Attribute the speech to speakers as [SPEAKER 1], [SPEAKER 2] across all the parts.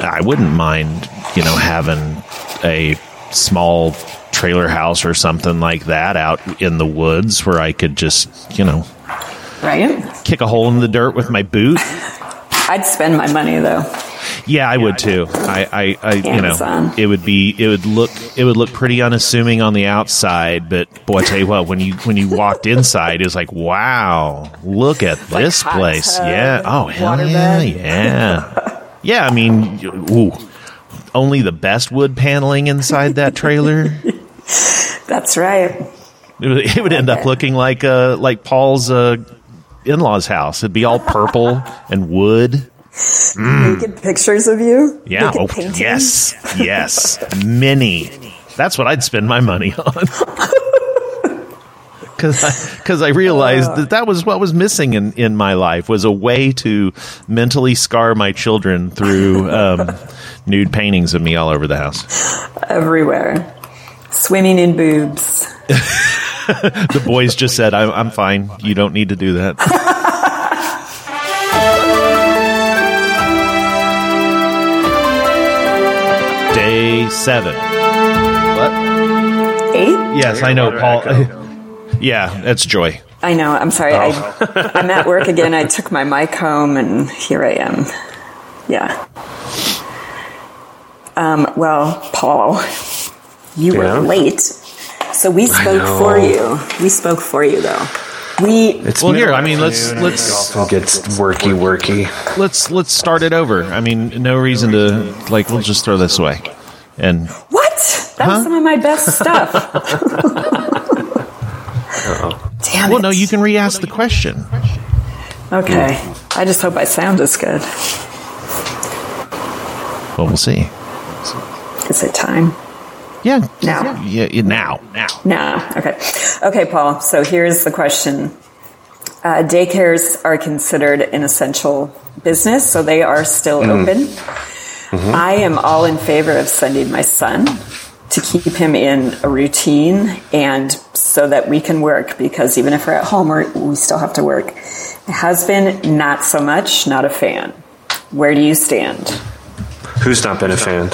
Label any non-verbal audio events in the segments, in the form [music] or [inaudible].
[SPEAKER 1] I wouldn't mind, you know, having a small trailer house or something like that out in the woods where I could just, you know,
[SPEAKER 2] right?
[SPEAKER 1] kick a hole in the dirt with my boot.
[SPEAKER 2] I'd spend my money though.
[SPEAKER 1] Yeah, I would too. I, I, I you know,
[SPEAKER 2] Amazon.
[SPEAKER 1] it would be, it would look, it would look pretty unassuming on the outside, but boy, I tell you what, when you when you walked inside, it was like, wow, look at
[SPEAKER 2] like
[SPEAKER 1] this
[SPEAKER 2] hot
[SPEAKER 1] place.
[SPEAKER 2] tub,
[SPEAKER 1] yeah. Oh hell
[SPEAKER 2] water
[SPEAKER 1] yeah,
[SPEAKER 2] bed.
[SPEAKER 1] yeah, yeah. I mean, you- ooh, only the best wood paneling inside that trailer.
[SPEAKER 2] That's right.
[SPEAKER 1] It would, it would end up looking like uh like Paul's uh in law's house. It'd be all purple and wood.
[SPEAKER 2] Naked pictures of you.
[SPEAKER 1] Hmm. Yeah.
[SPEAKER 2] Naked
[SPEAKER 1] oh,
[SPEAKER 2] paintings.
[SPEAKER 1] yes. Yes. Mini. That's what I'd spend my money on. [laughs] Because I, 'cause I realized that that was what was missing in, in my life was a way to mentally scar my children through um, [laughs] nude paintings of me all over the house.
[SPEAKER 2] everywhere, swimming in boobs.
[SPEAKER 1] The boys just said, I'm, I'm fine. You don't need to do that. [laughs] Day seven. What?
[SPEAKER 2] Eight?
[SPEAKER 1] Yes, I know, Paul. [laughs] Yeah, that's joy.
[SPEAKER 2] I know. I'm sorry.
[SPEAKER 1] Oh.
[SPEAKER 2] I, I'm at work again.
[SPEAKER 1] [laughs]
[SPEAKER 2] I took my mic home, and here I am. Yeah. Um, well, Paul, you were
[SPEAKER 3] Yeah?
[SPEAKER 2] late, so we spoke
[SPEAKER 3] know.
[SPEAKER 2] for you. We spoke for you, though. We
[SPEAKER 3] It's
[SPEAKER 1] Well, here,
[SPEAKER 3] middle
[SPEAKER 1] I mean, let's
[SPEAKER 3] afternoon,
[SPEAKER 1] let's-
[SPEAKER 3] it often gets worky, worky.
[SPEAKER 1] Let's let's start it over. I mean, no reason to like. We'll just throw this away. And
[SPEAKER 2] what? That was some of
[SPEAKER 1] [laughs]
[SPEAKER 2] my best stuff. Damn
[SPEAKER 1] well,
[SPEAKER 2] it.
[SPEAKER 1] no, you can re-ask the question.
[SPEAKER 2] Okay. I just hope I sound as good.
[SPEAKER 1] Well, we'll see.
[SPEAKER 2] Is it time?
[SPEAKER 1] Yeah,
[SPEAKER 2] Now.
[SPEAKER 1] yeah, yeah, now, now.
[SPEAKER 2] Nah. Okay. Okay, Paul. So here's the question. Uh, daycares are considered an essential business, so they are still open. I am all in favor of sending my son to keep him in a routine and so that we can work because even if we're at home, we're, we still have to work. My husband, not so much, not a fan. Where do you stand?
[SPEAKER 3] Who's not been a fan?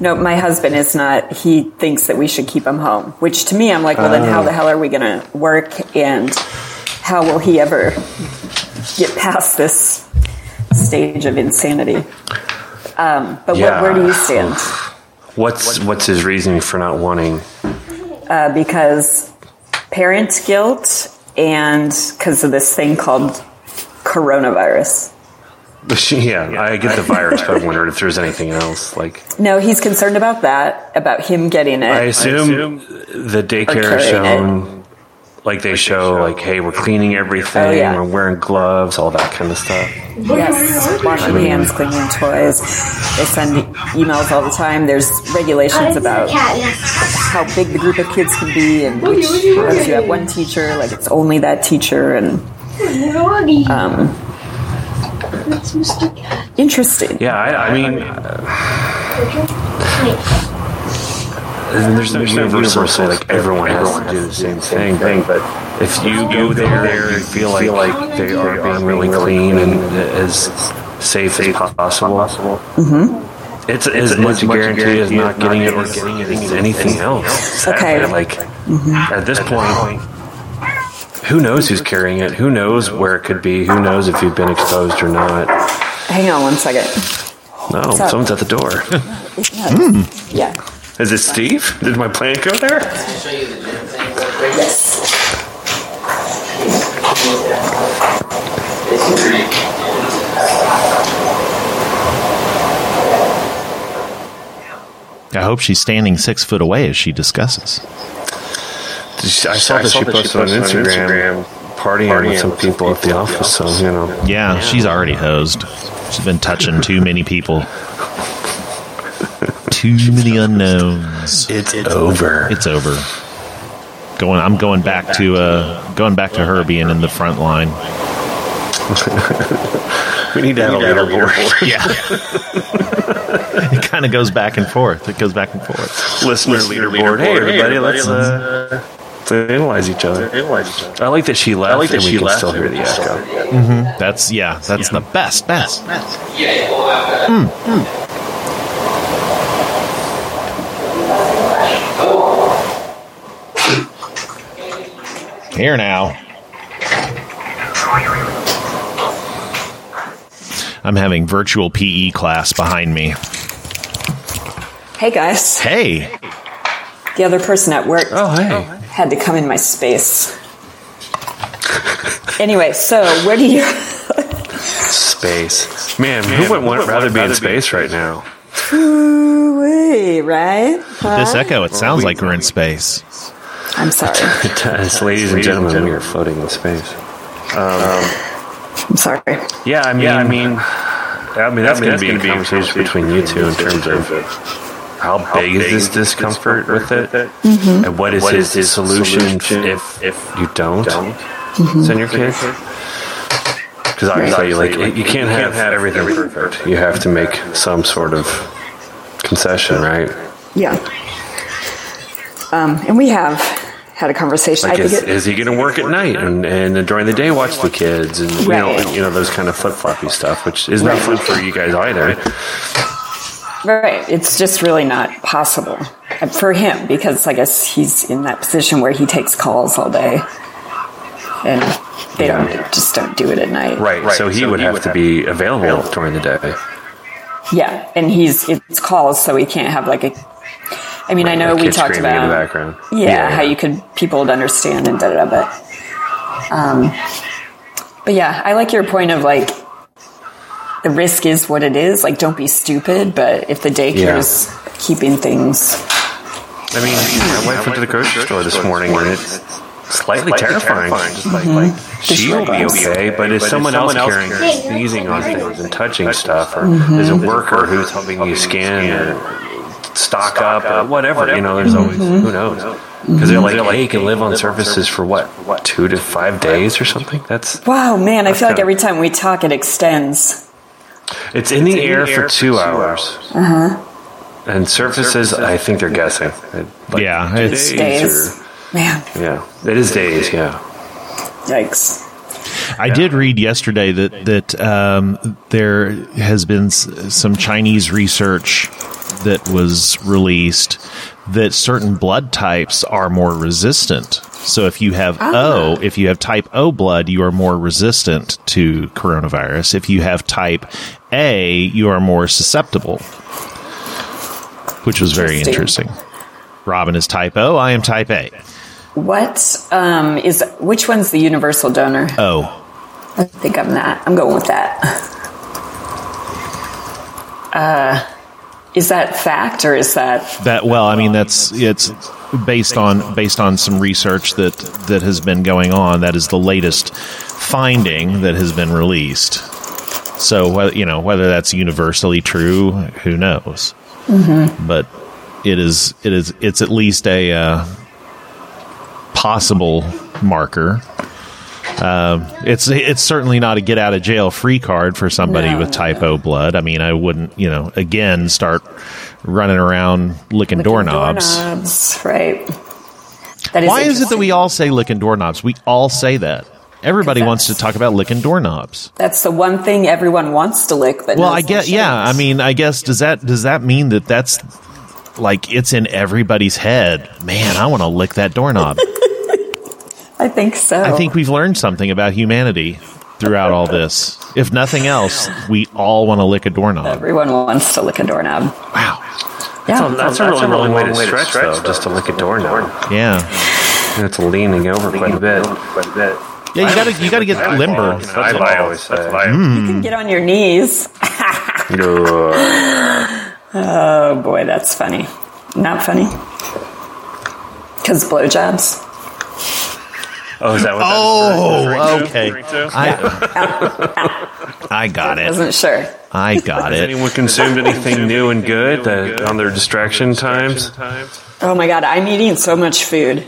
[SPEAKER 2] No, my husband is not. He thinks that we should keep him home, which to me, I'm like, well, then how the
[SPEAKER 3] Oh.
[SPEAKER 2] hell are we going to work and how will he ever get past this stage of insanity? Um, but
[SPEAKER 3] Yeah.
[SPEAKER 2] where, where do you stand?
[SPEAKER 3] What's what's his reasoning for not wanting?
[SPEAKER 2] Uh, because parent guilt and because of this thing called coronavirus.
[SPEAKER 3] [laughs] yeah, I get the virus, but I wondered if there's anything else. Like,
[SPEAKER 2] No, he's concerned about that, about him getting it.
[SPEAKER 3] I assume the daycare
[SPEAKER 2] carrying
[SPEAKER 3] shown, like they show, like, hey, we're cleaning everything,
[SPEAKER 2] Oh, yeah.
[SPEAKER 3] we're wearing gloves, all that kind of stuff.
[SPEAKER 2] Yes, washing hands, cleaning toys. They send emails all the time. There's regulations about how big the group of kids can be, and which, if you have one teacher, like it's only that teacher. And
[SPEAKER 4] Um, That's Mr. Cat.
[SPEAKER 2] interesting.
[SPEAKER 3] Yeah, I, I mean, uh,
[SPEAKER 4] Hi.
[SPEAKER 3] there's no universal, like, everyone has to do the same thing, but if you go there, you feel like, they are being really clean and as safe as possible. It's, as, much a guarantee, as not getting it or getting it as anything else.
[SPEAKER 2] Okay.
[SPEAKER 3] Sadly, Like, mm-hmm. at this point, who knows who's carrying it? Who knows where it could be? Who knows if you've been exposed or not?
[SPEAKER 2] Hang on one second.
[SPEAKER 3] No,
[SPEAKER 2] up?
[SPEAKER 3] someone's at the door. [laughs]
[SPEAKER 2] Yeah.
[SPEAKER 3] Hmm.
[SPEAKER 2] yeah.
[SPEAKER 3] Is it Steve? Did my plant go there?
[SPEAKER 2] Yes.
[SPEAKER 1] I hope she's standing six foot away as she discusses.
[SPEAKER 3] I saw, that she posted, on Instagram, partying, with some people at the office, so, you know.
[SPEAKER 1] Yeah, she's already hosed. She's been touching too many
[SPEAKER 3] [laughs]
[SPEAKER 1] people. Too many unknowns.
[SPEAKER 3] It's, over.
[SPEAKER 1] It's over. Going, I'm going back to uh, going back to her being in the front line.
[SPEAKER 3] [laughs] we need to have a leaderboard.
[SPEAKER 1] Yeah, [laughs] it kind of goes back and forth. It goes back and forth.
[SPEAKER 3] Listener leaderboard. Hey, everybody, let's, uh, to analyze each other. I like that she left. I like that and we can still hear the echo.
[SPEAKER 1] That's yeah. That's the best. Best. Hmm, Here now. I'm having virtual PE class behind me.
[SPEAKER 2] Hey guys,
[SPEAKER 1] Hey,
[SPEAKER 2] the other person at work
[SPEAKER 3] Oh hey,
[SPEAKER 2] had to come in my space. anyway, so where do you? [laughs]
[SPEAKER 3] space. Man, who would want rather be in space right [laughs] now?
[SPEAKER 2] Ooh-wee, right? Huh?
[SPEAKER 1] this echo. It sounds like we're in space.
[SPEAKER 2] I'm sorry.
[SPEAKER 3] It does, ladies and gentlemen. We are floating in space.
[SPEAKER 2] I'm sorry.
[SPEAKER 3] Yeah, I mean, I mean, I mean, that's going to be a conversation between you two in terms of how big is this discomfort with it, and what is his, solution, if if you don't send your kid. Because obviously, like it- you can't have everything perfect. You have to make some sort of concession, right?
[SPEAKER 2] Yeah. Um, and we have had a conversation.
[SPEAKER 3] Like,
[SPEAKER 2] I
[SPEAKER 3] is,
[SPEAKER 2] think it,
[SPEAKER 3] is he going to work at night and, and during the day watch the kids and you know
[SPEAKER 2] Right.
[SPEAKER 3] you know those kind of flip floppy stuff, which is not fun for you guys either.
[SPEAKER 2] right. It's just really not possible uh, for him because I guess he's in that position where he takes calls all day, and they don't just don't do it at night.
[SPEAKER 3] Right. So he would have to be available, during the day.
[SPEAKER 2] Yeah, and he's it's calls, so he can't have like a. I mean, I know
[SPEAKER 3] Like
[SPEAKER 2] we
[SPEAKER 3] kids
[SPEAKER 2] talked
[SPEAKER 3] screaming
[SPEAKER 2] about
[SPEAKER 3] in the background.
[SPEAKER 2] yeah, how you could people would understand and da da da. But, um, but yeah, I like your point of like the risk is what it is. Like, don't be stupid. But if the daycare is keeping things,
[SPEAKER 3] I mean, I went into the grocery store this morning and it's slightly terrifying. Just like, like she'll be
[SPEAKER 2] Disturbance.
[SPEAKER 3] okay, but is someone else carrying sneezing on things and touching stuff, or there's a worker who's helping you scan or stock up Mm-hmm. or whatever. You know, there's always who knows. Because they're like, hey, you can live on surfaces for what, what, two to five days or something? That's
[SPEAKER 2] wow, man, I feel like
[SPEAKER 3] kinda-
[SPEAKER 2] every time we talk, it extends.
[SPEAKER 3] It's in the, air, for two, hours. And surfaces, I think they're guessing. It- like
[SPEAKER 1] Yeah, it's-
[SPEAKER 2] Days, man,
[SPEAKER 3] yeah, it is days. Yeah,
[SPEAKER 2] yikes.
[SPEAKER 1] I did read yesterday that that um, there has been s- some Chinese research that was released that certain blood types are more resistant. So if you have O, if you have type O blood, you are more resistant to coronavirus. If you have type A, you are more susceptible, which was very
[SPEAKER 2] Interesting.
[SPEAKER 1] interesting. Robin is type O. I am type A.
[SPEAKER 2] What um, is which one's the universal donor?
[SPEAKER 1] O.
[SPEAKER 2] I think I'm that. I'm going with that. Uh, is that fact or is that
[SPEAKER 1] That well, I mean that's it's based on based on some research that that has been going on. That is the latest finding that has been released. So whether you know whether that's universally true, who knows? But it is it is it's at least a uh, possible marker. Um, it's it's certainly not a get out of jail free card for somebody
[SPEAKER 2] No,
[SPEAKER 1] with
[SPEAKER 2] no,
[SPEAKER 1] type O blood. I mean, I wouldn't, you know, again start running around licking, doorknobs.
[SPEAKER 2] doorknobs? Right. That is
[SPEAKER 1] Why is it that
[SPEAKER 2] interesting.
[SPEAKER 1] we all say licking doorknobs? We all say that. Everybody wants to talk about licking doorknobs.
[SPEAKER 2] That's the one thing everyone wants to lick, but
[SPEAKER 1] Well,
[SPEAKER 2] no
[SPEAKER 1] I guess
[SPEAKER 2] solution.
[SPEAKER 1] yeah. I mean, I guess does that does that mean that that's like it's in everybody's head? Man, I want to lick that [laughs] doorknob.
[SPEAKER 2] I think so.
[SPEAKER 1] I think we've learned something about humanity throughout all this. If nothing else, we all want to lick a doorknob.
[SPEAKER 2] everyone wants to lick a doorknob.
[SPEAKER 1] Wow.
[SPEAKER 2] Yeah,
[SPEAKER 3] that's, a really, long way to stretch, though, just to lick a doorknob.
[SPEAKER 1] Yeah.
[SPEAKER 3] You have to leaning over quite a bit.
[SPEAKER 1] Yeah. You gotta you gotta get limber.
[SPEAKER 3] That's what I always say.
[SPEAKER 2] you can get on your knees.
[SPEAKER 3] Yeah.
[SPEAKER 2] Oh boy, that's funny. Not funny. Because blowjobs.
[SPEAKER 3] Oh, is that what? that
[SPEAKER 1] Oh, okay.
[SPEAKER 3] referring to?
[SPEAKER 1] I I got it.
[SPEAKER 2] Wasn't sure.
[SPEAKER 1] I got
[SPEAKER 3] Has
[SPEAKER 1] it.
[SPEAKER 3] anyone consumed anything new and good that, on their distraction times?
[SPEAKER 2] Oh my god, I'm eating so much food.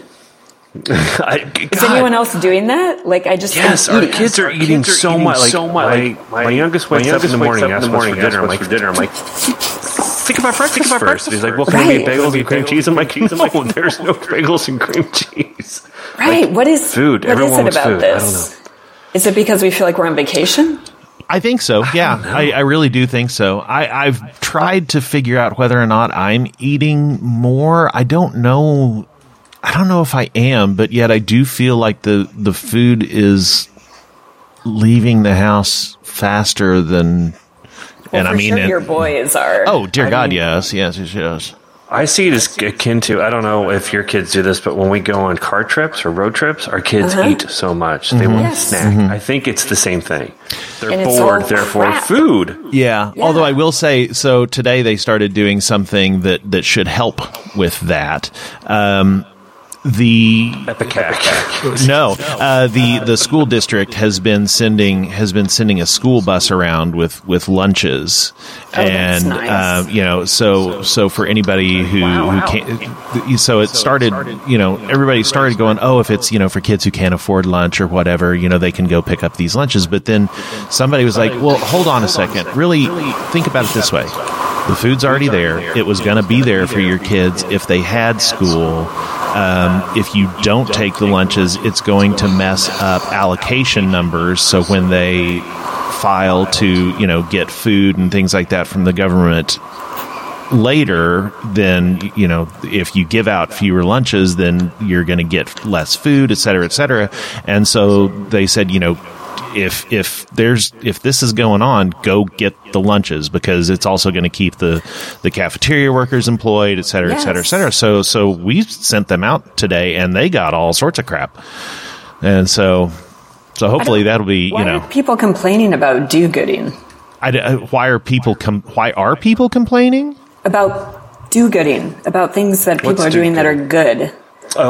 [SPEAKER 3] I,
[SPEAKER 2] Is anyone else doing that? Like, I just
[SPEAKER 3] Yes,
[SPEAKER 2] don't
[SPEAKER 3] our
[SPEAKER 2] eat.
[SPEAKER 3] kids are eating so much. Like, my, my youngest wakes up in the morning, asks what's for dinner. I'm like, think about breakfast, think about breakfast. He's like, well, can I get
[SPEAKER 2] Right.
[SPEAKER 3] bagels and cream cheese? I'm like, no, there's no bagels and cream cheese.
[SPEAKER 2] Right. what is
[SPEAKER 3] food.
[SPEAKER 2] What is
[SPEAKER 3] Everyone
[SPEAKER 2] it
[SPEAKER 3] wants
[SPEAKER 2] about
[SPEAKER 3] food. I don't
[SPEAKER 2] this? Is it because we feel like we're on vacation?
[SPEAKER 1] I think so. Yeah, I, I really do think so. I, I've tried to figure out whether or not I'm eating more. I don't know. I don't know if I am, but yet I do feel like the the food is leaving the house faster than. and
[SPEAKER 2] Well,
[SPEAKER 1] I
[SPEAKER 2] for
[SPEAKER 1] mean,
[SPEAKER 2] sure
[SPEAKER 1] and-
[SPEAKER 2] your boys are.
[SPEAKER 1] oh dear God, yes, yes, yes, yes.
[SPEAKER 3] I see it as akin to I don't know if your kids do this, but when we go on car trips or road trips, our kids eat so much they
[SPEAKER 2] Uh-huh.
[SPEAKER 3] want
[SPEAKER 2] Mm-hmm. Yes.
[SPEAKER 3] to snack. I think it's the same thing. They're
[SPEAKER 2] And it's
[SPEAKER 3] bored,
[SPEAKER 2] all
[SPEAKER 3] therefore
[SPEAKER 2] crap.
[SPEAKER 3] food.
[SPEAKER 1] Yeah. Although I will say, so today they started doing something that that should help with that. Um, the
[SPEAKER 3] Epicac.
[SPEAKER 1] no, uh, the the school district has been sending has been sending a school bus around with with lunches,
[SPEAKER 2] Oh, that's
[SPEAKER 1] and
[SPEAKER 2] nice.
[SPEAKER 1] uh, you know, so so for anybody who who can't, so it started, you know, everybody started going, oh, if it's you know for kids who can't afford lunch or whatever, you know, they can go pick up these lunches. But then somebody was like, well, hold on a second, really think about it this way. The food's already there. It was going to be there for your kids if they had school um, if you don't take the lunches, it's going to mess up allocation numbers. So when they file to, you know, get food and things like that from the government later, then, you know, if you give out fewer lunches, then you're going to get less food, et cetera, et cetera. And so they said, you know, if if there's if this is going on, go get the lunches because it's also going to keep the the cafeteria workers employed, et cetera, et cetera, et
[SPEAKER 2] Yes.
[SPEAKER 1] cetera. So so we sent them out today, and they got all sorts of crap. And so so hopefully that'll be
[SPEAKER 2] Why
[SPEAKER 1] you know
[SPEAKER 2] are people complaining about do-gooding?
[SPEAKER 1] I d- uh, why are people com- why are people complaining?
[SPEAKER 2] About do-gooding? About things that people
[SPEAKER 3] What's
[SPEAKER 2] are doing that are good?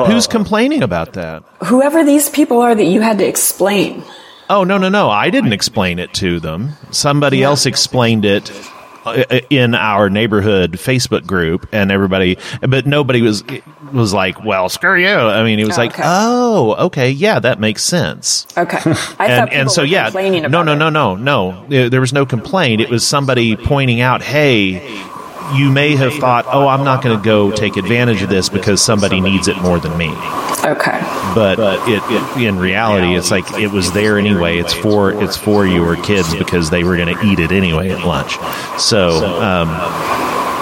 [SPEAKER 1] Who's complaining about that?
[SPEAKER 2] Whoever these people are that you had to explain.
[SPEAKER 1] Oh no no no! I didn't explain it to them. Somebody else explained it uh, in our neighborhood Facebook group, and everybody, but nobody was was like, "Well, screw you." I mean, it was
[SPEAKER 2] Oh,
[SPEAKER 1] like,
[SPEAKER 2] okay.
[SPEAKER 1] "Oh, okay, yeah, that makes sense." [laughs]
[SPEAKER 2] Okay. I thought
[SPEAKER 1] and
[SPEAKER 2] people
[SPEAKER 1] and so
[SPEAKER 2] were
[SPEAKER 1] yeah,
[SPEAKER 2] complaining
[SPEAKER 1] no
[SPEAKER 2] about
[SPEAKER 1] no no
[SPEAKER 2] it.
[SPEAKER 1] no no. There there was no complaint. It was somebody pointing out, "Hey." You may have thought, "Oh, I'm not going to go take advantage of this because somebody needs it more than me."
[SPEAKER 2] Okay.
[SPEAKER 1] but, it, it in reality it's like it was there anyway it's for it's for your kids because they were going to eat it anyway at lunch so um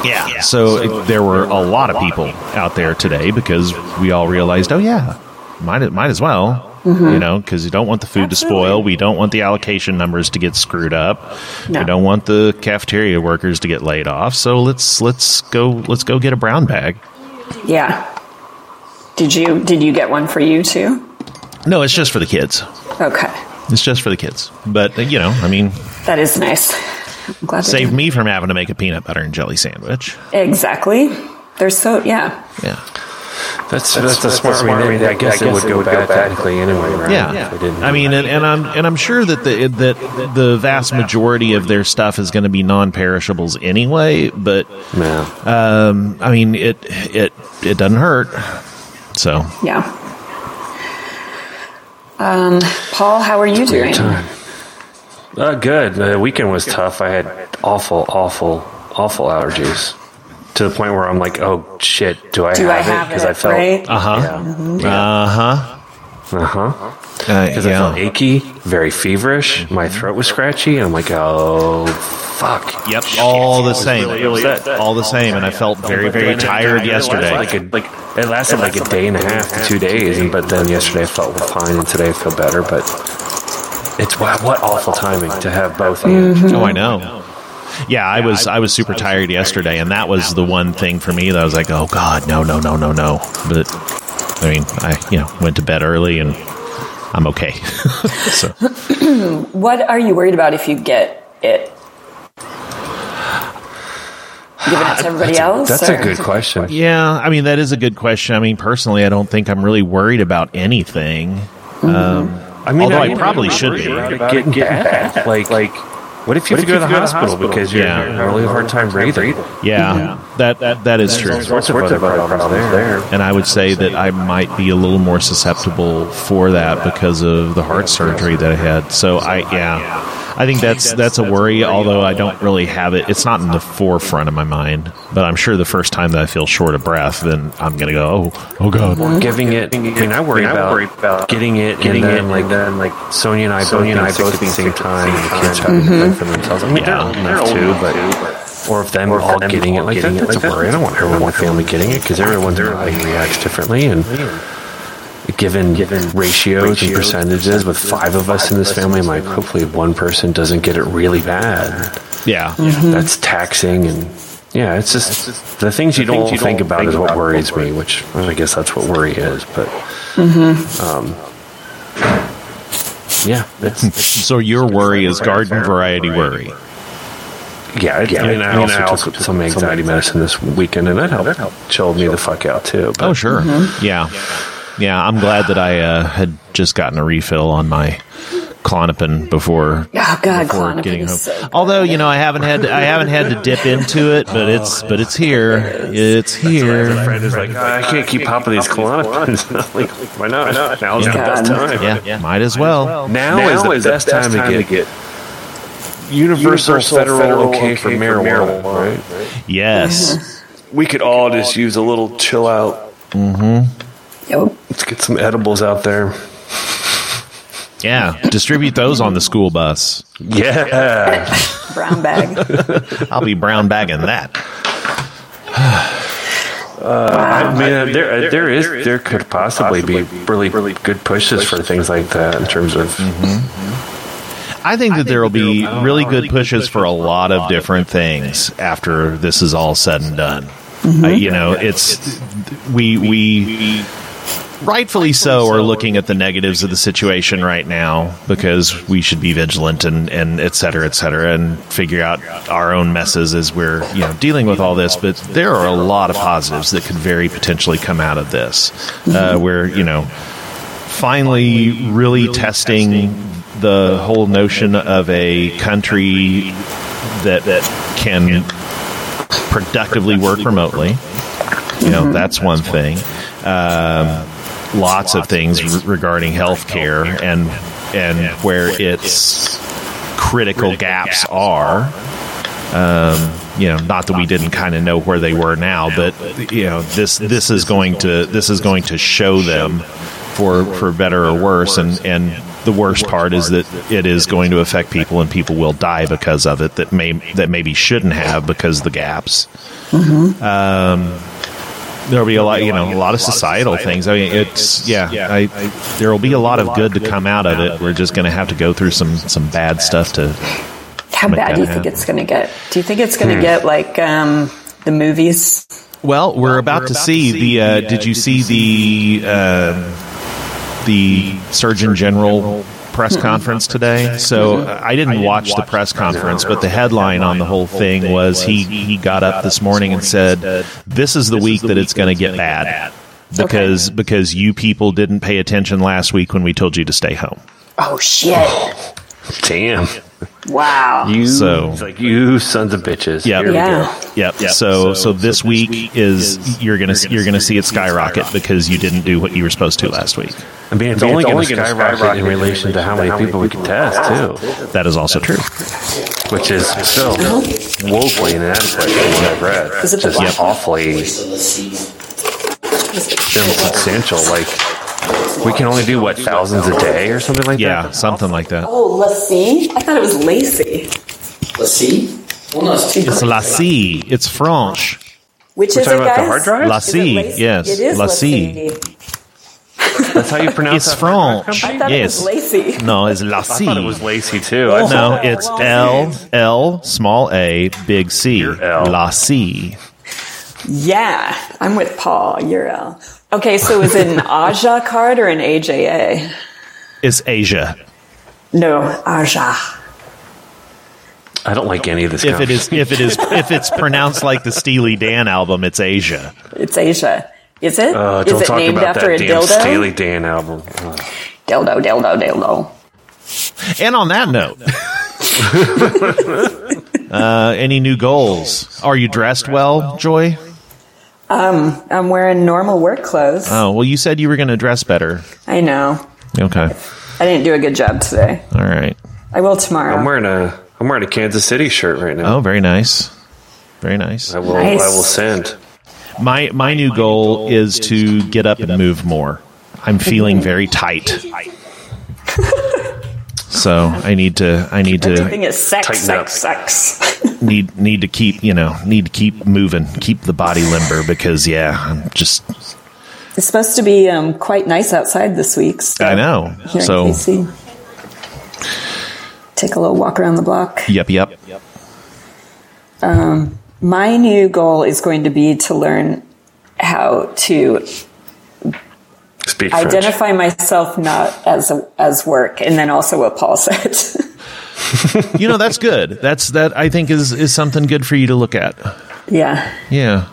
[SPEAKER 1] yeah so it, there were a lot of people out there today because we all realized oh yeah might might as well You know, because you don't want the food to spoil. We don't want the allocation numbers to get screwed up.
[SPEAKER 2] No.
[SPEAKER 1] We don't want the cafeteria workers to get laid off. So let's let's go let's go get a brown bag.
[SPEAKER 2] Yeah. Did you did you get one for you too?
[SPEAKER 1] No, it's just for the kids.
[SPEAKER 2] Okay.
[SPEAKER 1] It's just for the kids. But uh, you know, I mean,
[SPEAKER 2] That is nice. I'm glad they
[SPEAKER 1] Save
[SPEAKER 2] did.
[SPEAKER 1] me from having to make a peanut butter and jelly sandwich.
[SPEAKER 2] Exactly. They're so yeah.
[SPEAKER 1] Yeah.
[SPEAKER 3] That's, that's, a smart, way. I guess, it would go bad technically anyway, right?
[SPEAKER 1] Yeah.
[SPEAKER 3] If we didn't-
[SPEAKER 1] I mean, and, and I'm and I'm sure that the that the vast majority of their stuff is going to be non-perishables anyway. But
[SPEAKER 3] Yeah.
[SPEAKER 1] um, I mean, it it it doesn't hurt. So
[SPEAKER 2] Yeah. Um, Paul, how are you doing?
[SPEAKER 3] Uh, good. The weekend was tough. I had awful, awful, awful allergies to the point where I'm like, oh shit, do I
[SPEAKER 2] Do I
[SPEAKER 3] have
[SPEAKER 2] have
[SPEAKER 3] it?
[SPEAKER 2] it?
[SPEAKER 3] I felt,
[SPEAKER 2] right?
[SPEAKER 1] uh huh. Uh huh.
[SPEAKER 3] uh huh,
[SPEAKER 1] Uh,
[SPEAKER 3] because I felt
[SPEAKER 1] yeah.
[SPEAKER 3] achy, very feverish. My throat was scratchy. I'm like, oh fuck.
[SPEAKER 1] Yep. All the same.
[SPEAKER 3] really upset.
[SPEAKER 1] All the same. And I felt very very tired yesterday.
[SPEAKER 3] Like, a, like it lasted like a day and a half to two days, and but then yesterday I felt fine, and today I feel better. But it's what, what awful timing to have both. and
[SPEAKER 1] Oh, [laughs] I know. Yeah, I was I was super tired yesterday, and that was the one thing for me that I was like, oh god, no, no, no, no, no. But I mean, I you know went to bed early, and I'm okay. [laughs] so
[SPEAKER 2] What are you worried about if you get it? Giving it to everybody else?
[SPEAKER 3] Ah, That's a
[SPEAKER 2] or-
[SPEAKER 3] good question.
[SPEAKER 1] yeah, I mean that is a good question. I mean, personally, I don't think I'm really worried about anything.
[SPEAKER 3] I mean,
[SPEAKER 1] Although I
[SPEAKER 3] mean,
[SPEAKER 1] probably should
[SPEAKER 3] worried
[SPEAKER 1] be.
[SPEAKER 3] about it getting bad. Like, like, what if you have to go to the hospital because you're
[SPEAKER 1] Yeah.
[SPEAKER 3] having a really hard time breathing?
[SPEAKER 1] Yeah, that that that is true.
[SPEAKER 3] There's all sorts of other problems there.
[SPEAKER 1] And I would say that I might be a little more susceptible for that because of the heart surgery that I had. So I, yeah, I think that's that's a worry. Although I don't really have it. It's not in the forefront of my mind. But I'm sure the first time that I feel short of breath, then I'm gonna go, oh, oh god.
[SPEAKER 3] Giving it, I mean, I worry, about, getting it, getting and then, it, like, then like Sonya and I both and I both at the same time. The kids having to fight for themselves. I mean,
[SPEAKER 1] Yeah.
[SPEAKER 3] yeah, they're old enough too, but. Or if them all getting it like that, that's a worry. I don't want everyone in my family getting it because everyone's body reacts differently and given given ratios and percentages with five of us in this family, I'm like, hopefully one person doesn't get it really bad.
[SPEAKER 1] Yeah.
[SPEAKER 3] That's taxing and yeah, Hmm. it's just the things you don't think about is what worries Mm-hmm. me, which well, I guess that's what worry is. But um, yeah, it's,
[SPEAKER 1] So your worry is garden variety worry.
[SPEAKER 3] yeah, it, I mean, I, also took some anxiety medicine this weekend, and that helped, chilled me the fuck out too. But
[SPEAKER 1] Oh sure. Yeah. Yeah. I'm glad that I uh, had just gotten a refill on my clonopin before
[SPEAKER 2] Oh God,
[SPEAKER 1] before
[SPEAKER 2] Klonopin
[SPEAKER 1] getting
[SPEAKER 2] is
[SPEAKER 1] home.
[SPEAKER 2] so good.
[SPEAKER 1] Although you know, I haven't had I haven't had to dip into [laughs] it, but it's but Oh, it's here. It's here.
[SPEAKER 3] It's like, I can't keep popping these Klonopins. [laughs] like, why not? Now's the
[SPEAKER 2] Yeah.
[SPEAKER 3] best time.
[SPEAKER 1] Yeah, might as well.
[SPEAKER 3] Now, is the best, time, to get, universal, federal, okay, for marijuana, right?
[SPEAKER 1] [laughs] Yes,
[SPEAKER 3] We could all just use a little chill out.
[SPEAKER 2] Yep.
[SPEAKER 3] Let's get some edibles out there.
[SPEAKER 1] yeah. Distribute those on the school bus.
[SPEAKER 3] Yeah.
[SPEAKER 2] Brown bag.
[SPEAKER 1] I'll be brown bagging that.
[SPEAKER 3] [laughs] I mean, uh, there, uh, there is, there could possibly be really, really good pushes Mm-hmm. for things like that in terms of
[SPEAKER 1] I think that there will be really good pushes for a lot of different things after this is all said and done. Uh, you know, it's we we rightfully so are looking at the negatives of the situation right now because we should be vigilant and and et cetera et cetera and figure out our own messes as we're you know dealing with all this but there are a lot of positives that could very potentially come out of this uh, where you know finally really testing the whole notion of a country that that can productively work remotely. You know, that's one thing. Um, lots of things re- regarding healthcare and and where its critical gaps are. Um, you know, not that we didn't kind of know where they were now, but you know, this this is going to this is going to show them for for better or worse, and and the worst part is that it is going to affect people, and people will die because of it that may that maybe shouldn't have because of the gaps Um, there'll be a lot, you know, a lot of societal things. I mean, it's yeah, I, there will be a lot of good to come out of it. We're just going to have to go through some some bad stuff to.
[SPEAKER 2] How
[SPEAKER 1] Make
[SPEAKER 2] bad
[SPEAKER 1] that
[SPEAKER 2] do you think
[SPEAKER 1] happen.
[SPEAKER 2] it's going to get? Do you think it's
[SPEAKER 3] Hmm.
[SPEAKER 2] going to get like um, the movies?
[SPEAKER 1] Well, we're about to see the. Uh, did you see the uh, the Surgeon General? [laughs] Press conference today, so uh, I didn't watch the press conference, but the headline on the whole thing was he he got up this morning and said, "This is the week that it's going to get bad because because you people didn't pay attention last week when we told you to stay home."
[SPEAKER 2] Oh shit!
[SPEAKER 3] [sighs] damn.
[SPEAKER 2] Wow.
[SPEAKER 3] You,
[SPEAKER 1] So-
[SPEAKER 3] it's like you sons of bitches.
[SPEAKER 1] Yep.
[SPEAKER 3] Here we go.
[SPEAKER 2] yeah.
[SPEAKER 1] Yep. So, so this week, is, you're gonna you're gonna see it skyrocket because you didn't do what you were supposed to last week.
[SPEAKER 3] I mean, it's only going to skyrocket in relation to how many people we can test, too,
[SPEAKER 1] That is also true.
[SPEAKER 3] which is still woefully inadequate from what I've read.
[SPEAKER 2] Is it the
[SPEAKER 3] Just
[SPEAKER 2] black
[SPEAKER 3] awfully insubstantial. Like, we can only do, what, thousands a day or something like
[SPEAKER 1] Yeah,
[SPEAKER 3] that?
[SPEAKER 1] something like that.
[SPEAKER 2] Oh, Lassie? I thought it was Lacey,
[SPEAKER 5] Lassie? Well, no, it's two
[SPEAKER 1] It's la scie. It's French.
[SPEAKER 2] which is
[SPEAKER 3] talking
[SPEAKER 2] it, guys?
[SPEAKER 3] about the hard drive?
[SPEAKER 1] La
[SPEAKER 2] Is it
[SPEAKER 1] scie,
[SPEAKER 2] Lacey?
[SPEAKER 1] yes,
[SPEAKER 2] It is
[SPEAKER 1] la
[SPEAKER 2] Lassie.
[SPEAKER 3] That's how you pronounce
[SPEAKER 1] It's
[SPEAKER 3] that hard
[SPEAKER 1] French.
[SPEAKER 2] I
[SPEAKER 3] company?
[SPEAKER 2] thought
[SPEAKER 1] Yes.
[SPEAKER 2] it was Lacey.
[SPEAKER 1] No, it's la
[SPEAKER 3] I thought it was
[SPEAKER 1] scie.
[SPEAKER 3] Lacey, too.
[SPEAKER 1] Oh.
[SPEAKER 3] I thought
[SPEAKER 1] No, it's L L small a big C.
[SPEAKER 3] You're L.
[SPEAKER 1] La scie.
[SPEAKER 2] Yeah, I'm with Paul. You're L. Okay, so is it an Aja card or an AJA?
[SPEAKER 1] It's Asia.
[SPEAKER 2] No, Aja.
[SPEAKER 3] I don't like any of this.
[SPEAKER 1] If it is if it
[SPEAKER 3] [laughs]
[SPEAKER 1] is if it's pronounced like the Steely Dan album, it's Asia.
[SPEAKER 2] It's Asia. Is it? Is
[SPEAKER 3] Uh, don't
[SPEAKER 2] it
[SPEAKER 3] talk
[SPEAKER 2] named
[SPEAKER 3] about
[SPEAKER 2] after
[SPEAKER 3] that
[SPEAKER 2] a
[SPEAKER 3] damn
[SPEAKER 2] dildo?
[SPEAKER 3] Steely Dan album. Ugh.
[SPEAKER 2] Dildo, dildo, dildo.
[SPEAKER 1] And on that
[SPEAKER 3] [laughs]
[SPEAKER 1] note, uh, any new goals? Are you dressed well, Joy?
[SPEAKER 2] I'm wearing normal work clothes.
[SPEAKER 1] Oh, well, you said you were going to dress better.
[SPEAKER 2] I know.
[SPEAKER 1] Okay.
[SPEAKER 2] I didn't do a good job today.
[SPEAKER 1] All right.
[SPEAKER 2] I will tomorrow.
[SPEAKER 3] I'm wearing a I'm wearing a Kansas City shirt right now.
[SPEAKER 1] Oh, very nice. Very nice.
[SPEAKER 3] I will
[SPEAKER 2] Nice.
[SPEAKER 3] I will send.
[SPEAKER 1] My my new goal is to get up and move more. I'm feeling very tight. So I need to I need
[SPEAKER 2] Everything
[SPEAKER 1] to
[SPEAKER 2] is sex,
[SPEAKER 3] Tighten up.
[SPEAKER 2] sex, sex.
[SPEAKER 1] need need to keep, you know, need to keep moving, keep the body limber because yeah, I'm just
[SPEAKER 2] It's supposed to be um, quite nice outside this week. So
[SPEAKER 1] I know.
[SPEAKER 2] Here in
[SPEAKER 1] So
[SPEAKER 2] KC. Take a little walk around the block.
[SPEAKER 1] yep, yep.
[SPEAKER 2] My new goal is going to be to learn how to
[SPEAKER 3] Speak French.
[SPEAKER 2] identify myself not as a, as work, and then also what Paul [laughs] said.
[SPEAKER 1] You know, that's good. That's that I think is is something good for you to look at.
[SPEAKER 2] yeah,
[SPEAKER 1] Yeah.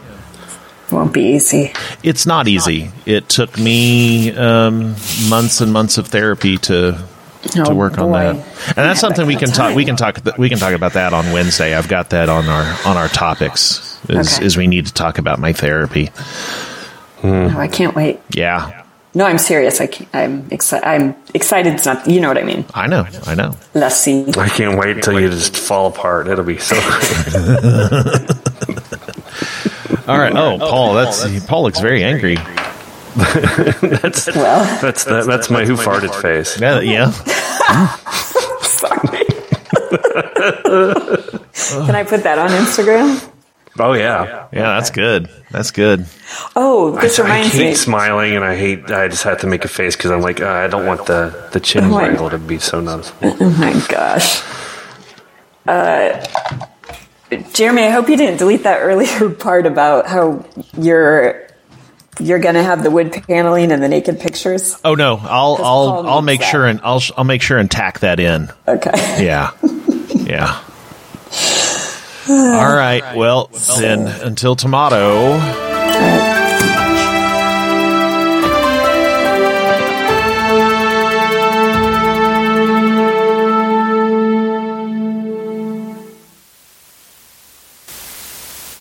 [SPEAKER 2] won't be easy.
[SPEAKER 1] It's not easy. It took me um, months and months of therapy to to
[SPEAKER 2] Oh,
[SPEAKER 1] work on
[SPEAKER 2] boy.
[SPEAKER 1] that. And that's something we can talk. We can talk. We can talk about that on Wednesday. I've got that on our on our topics. Is
[SPEAKER 2] Okay.
[SPEAKER 1] is we need to talk about my therapy.
[SPEAKER 2] No, I can't wait.
[SPEAKER 1] Yeah,
[SPEAKER 2] No, I'm serious. I can't, I'm excited. I'm excited. It's not. You know what I mean.
[SPEAKER 1] I know. I know.
[SPEAKER 2] Let's see.
[SPEAKER 3] I can't wait till you just fall apart. It'll
[SPEAKER 1] [laughs]
[SPEAKER 3] be so [laughs] great.
[SPEAKER 1] All right. Oh, Paul. That's Paul looks very angry.
[SPEAKER 3] That's
[SPEAKER 2] Well, [laughs]
[SPEAKER 3] that's that, that's my who farted face.
[SPEAKER 1] Yeah. Yeah.
[SPEAKER 2] sorry. Can I put that on Instagram?
[SPEAKER 3] Oh yeah.
[SPEAKER 1] Yeah. That's good. That's good.
[SPEAKER 2] Oh, this
[SPEAKER 3] I
[SPEAKER 2] reminds
[SPEAKER 3] hate
[SPEAKER 2] me.
[SPEAKER 3] smiling and I hate I just have to make a face because I'm like uh, I don't want the the chin
[SPEAKER 2] Why?
[SPEAKER 3] wrangle to be so noticeable.
[SPEAKER 2] Oh my gosh. Uh, Jeremy, I hope you didn't delete that [laughs] earlier part about how you're you're gonna have the wood paneling and the naked pictures.
[SPEAKER 1] Oh no. I'll
[SPEAKER 2] Paul
[SPEAKER 1] I'll I'll
[SPEAKER 2] needs
[SPEAKER 1] make
[SPEAKER 2] that.
[SPEAKER 1] sure and I'll I'll make sure and tack that in.
[SPEAKER 2] Okay.
[SPEAKER 1] Yeah. Yeah. All right. Well, then until tomorrow.
[SPEAKER 2] All right.